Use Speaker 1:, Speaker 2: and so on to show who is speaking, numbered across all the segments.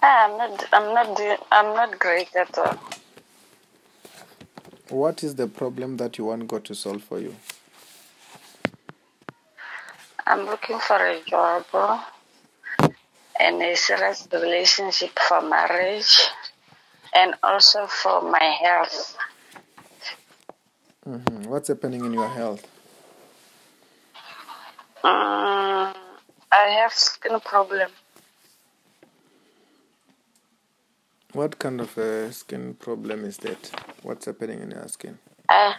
Speaker 1: Ah, I'm not. I'm not doing. I'm not great at all.
Speaker 2: What is the problem that you want God to solve for you?
Speaker 1: I'm looking for a job uh, and a serious relationship for marriage and also for my health.
Speaker 2: hmm What's happening in your health?
Speaker 1: Mm, I have skin problem.
Speaker 2: What kind of uh, skin problem is that? What's happening in your skin?
Speaker 1: I, Uh,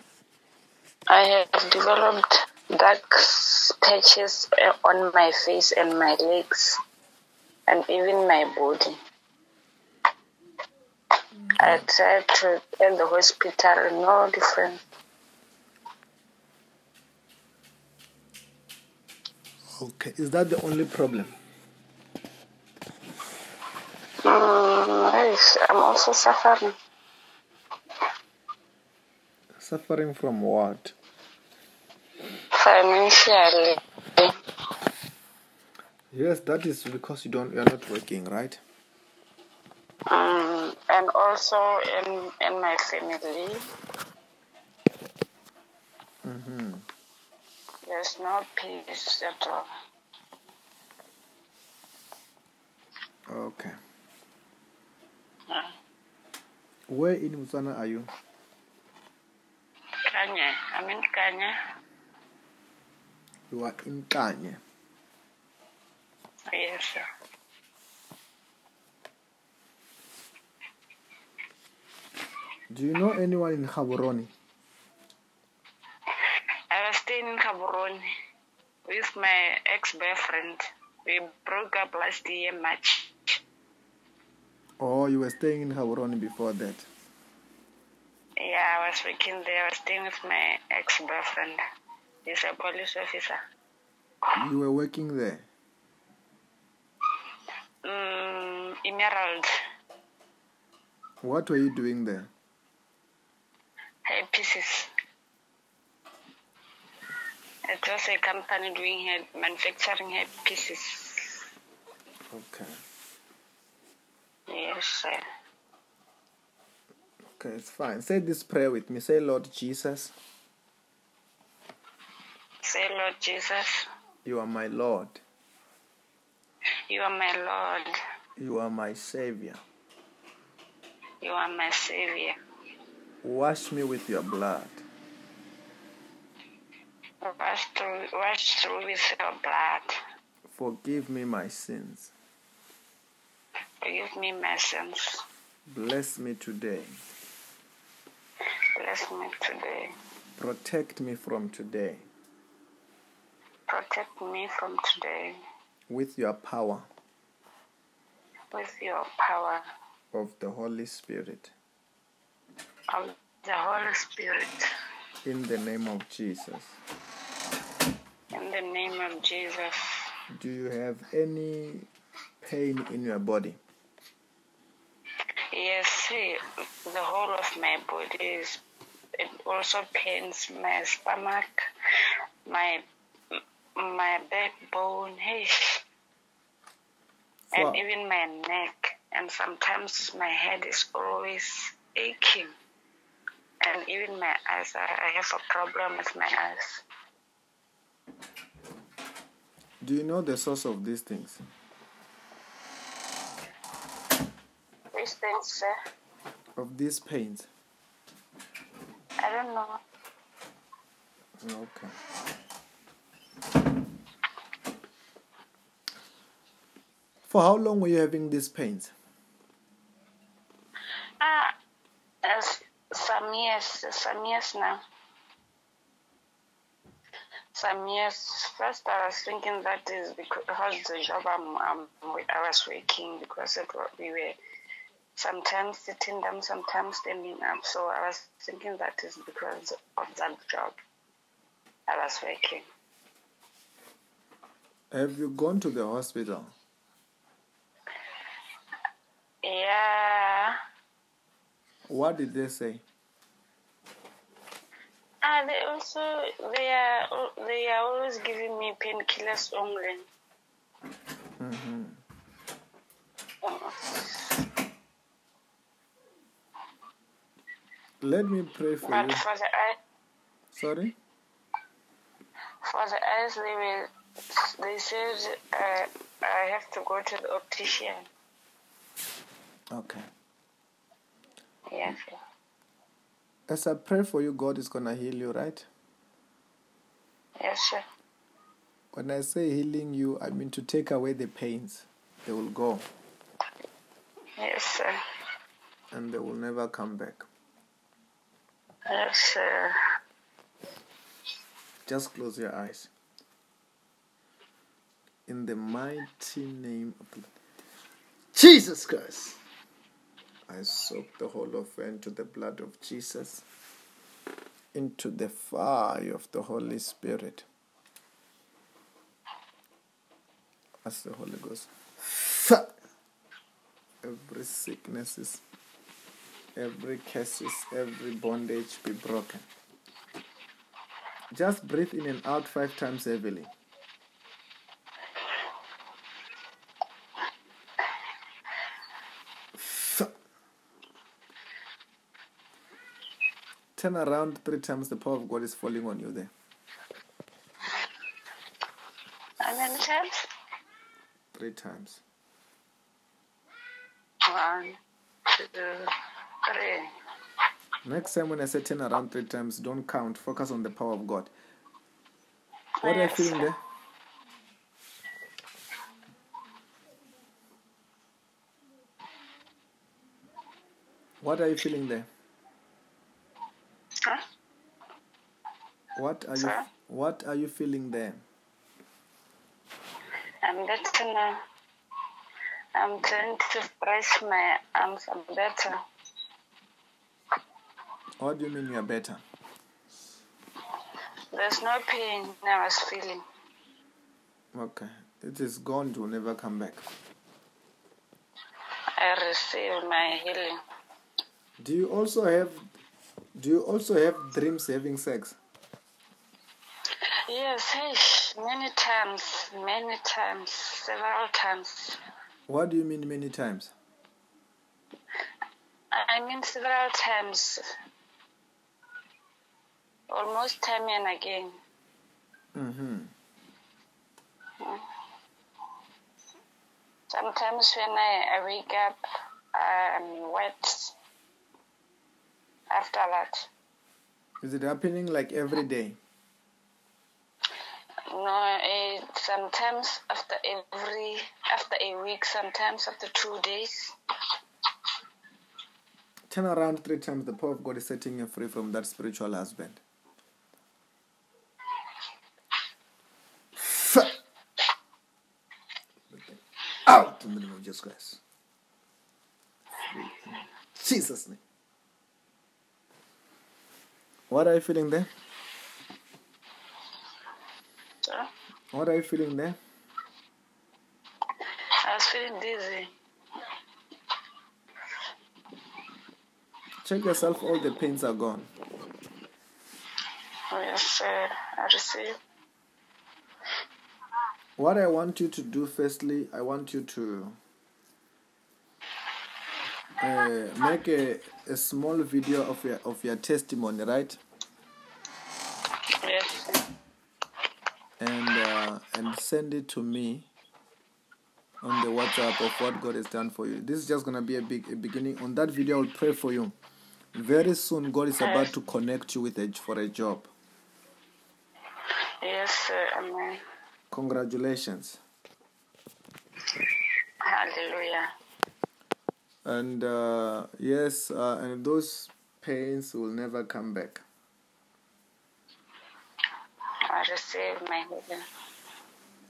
Speaker 1: I have developed dark s- patches uh, on my face and my legs and even my body. I tried to in the hospital, no difference.
Speaker 2: Okay, is that the only problem?
Speaker 1: Mm, yes, I'm also suffering.
Speaker 2: Suffering from what?
Speaker 1: financially.
Speaker 2: Yes, that is because you don't. You are not working, right?
Speaker 1: Um, and also in in my family,
Speaker 2: Mm-hmm.
Speaker 1: there's no peace at all.
Speaker 2: Okay.
Speaker 1: Yeah.
Speaker 2: Where in Botswana are you?
Speaker 1: Kanye, I mean Kanye.
Speaker 2: You are in Kanye.
Speaker 1: Yes. sir.
Speaker 2: Do you know anyone in Gaborone?
Speaker 1: I was staying in Gaborone with my ex-boyfriend. We broke up last year March.
Speaker 2: Oh, you were staying in Gaborone before that.
Speaker 1: Yeah, I was working there. I was staying with my ex-boyfriend. He's a police officer.
Speaker 2: You were working there.
Speaker 1: Mm, Emerald,
Speaker 2: What were you doing there?
Speaker 1: hair pieces. It was a company doing hair, manufacturing hair pieces.
Speaker 2: Okay.
Speaker 1: Yes, sir.
Speaker 2: Okay, it's fine. Say this prayer with me. Say, Lord Jesus,
Speaker 1: Say, Lord Jesus,
Speaker 2: you are my Lord.
Speaker 1: you are my Lord,
Speaker 2: You are my Savior.
Speaker 1: you are my Savior.
Speaker 2: Wash me with your blood.
Speaker 1: Wash through, wash through with your blood.
Speaker 2: Forgive me my sins.
Speaker 1: Forgive me my sins.
Speaker 2: Bless me today.
Speaker 1: Bless me today.
Speaker 2: Protect me from today
Speaker 1: Protect me from today
Speaker 2: with your power
Speaker 1: with your power
Speaker 2: of the Holy Spirit.
Speaker 1: of the Holy Spirit.
Speaker 2: In the name of Jesus.
Speaker 1: In the name of Jesus.
Speaker 2: Do you have any pain in your body?
Speaker 1: Yes, see, the whole of my body is. It also pains my stomach, my my backbone, hey,
Speaker 2: For,
Speaker 1: and even my neck. And sometimes my head is always aching, and even my eyes. I, I have a problem with my eyes.
Speaker 2: do you know the source of these things?
Speaker 1: Which things, sir?
Speaker 2: Of these pains?
Speaker 1: I don't know.
Speaker 2: Okay. For how long were you having these pains?
Speaker 1: Ah, as some years, some years now. Some years. First, I was thinking that is because the job I'm, I'm, I was working because it, wa- we were sometimes sitting down, sometimes standing up. So I was thinking that is because of that job I was working.
Speaker 2: Have you gone to the hospital?
Speaker 1: Yeah.
Speaker 2: What did they say?
Speaker 1: Ah, they also they are al- they are always giving me painkillers only.
Speaker 2: hmm
Speaker 1: Oh.
Speaker 2: Let me pray for
Speaker 1: But
Speaker 2: you.
Speaker 1: for the eye,
Speaker 2: Sorry?
Speaker 1: for the eyes, they will. They said uh, I have to go to the optician.
Speaker 2: Okay.
Speaker 1: Yes. sir.
Speaker 2: As I pray for you, God is going to heal you, right?
Speaker 1: Yes, sir.
Speaker 2: When I say healing you, I mean to take away the pains. They will go
Speaker 1: Yes, sir.
Speaker 2: and they will never come back.
Speaker 1: Yes, sir.
Speaker 2: Just close your eyes. In the mighty name of the Jesus Christ, I soak the whole of you into the blood of Jesus, into the fire of the Holy Spirit. As the Holy Ghost, fire. every sickness is, every curses, every bondage be broken. Just breathe in and out five times heavily. Turn around three times. The power of God is falling on you there.
Speaker 1: How many times?
Speaker 2: Three times.
Speaker 1: One, two, three.
Speaker 2: Next time when I say turn around three times, don't count. Focus on the power of God. What are you
Speaker 1: Yes.
Speaker 2: feeling there? What are you feeling there?
Speaker 1: Huh?
Speaker 2: What are you
Speaker 1: Sir?
Speaker 2: What are you feeling there?
Speaker 1: I'm getting. Uh, I'm trying to press my arms I'm better.
Speaker 2: What do you mean you are better?
Speaker 1: There's no pain I was feeling.
Speaker 2: Okay, it is gone. It will never come back.
Speaker 1: I receive my healing.
Speaker 2: Do you also have Do you also have dreams having sex?
Speaker 1: Yes, hey, many times, many times, several times.
Speaker 2: What do you mean many times?
Speaker 1: I mean, several times. Almost time and again.
Speaker 2: Mm-hmm.
Speaker 1: Sometimes when I, I wake up, I'm wet after that.
Speaker 2: Is it happening like every day?
Speaker 1: No, it, sometimes after every, after a week, sometimes after two days.
Speaker 2: Turn around three times. The power of God is setting you free from that spiritual husband. Out in the name of Jesus Christ. Free in Jesus' name. What are you feeling there?
Speaker 1: So
Speaker 2: What are you feeling there?
Speaker 1: I was feeling dizzy.
Speaker 2: Check yourself. All the pains are gone.
Speaker 1: Yes, uh, I received.
Speaker 2: What I want you to do, firstly, I want you to uh, make a, a small video of your of your testimony, right?
Speaker 1: Yes,
Speaker 2: And uh, and send it to me on the WhatsApp of what God has done for you. This is just gonna be a big a beginning. On that video, I'll pray for you. Very soon, God is about to connect you with a, for a job.
Speaker 1: yes, uh, amen.
Speaker 2: Congratulations.
Speaker 1: Hallelujah.
Speaker 2: And uh, yes, uh, and those pains will never come back.
Speaker 1: I receive my healing.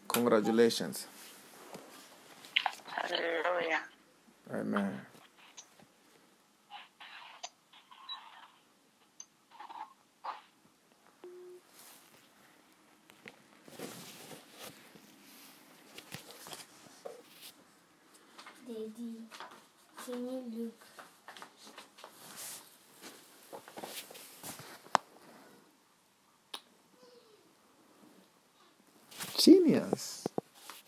Speaker 2: Congratulations.
Speaker 1: Hallelujah.
Speaker 2: Amen.
Speaker 3: Daddy, can you look?
Speaker 2: Genius.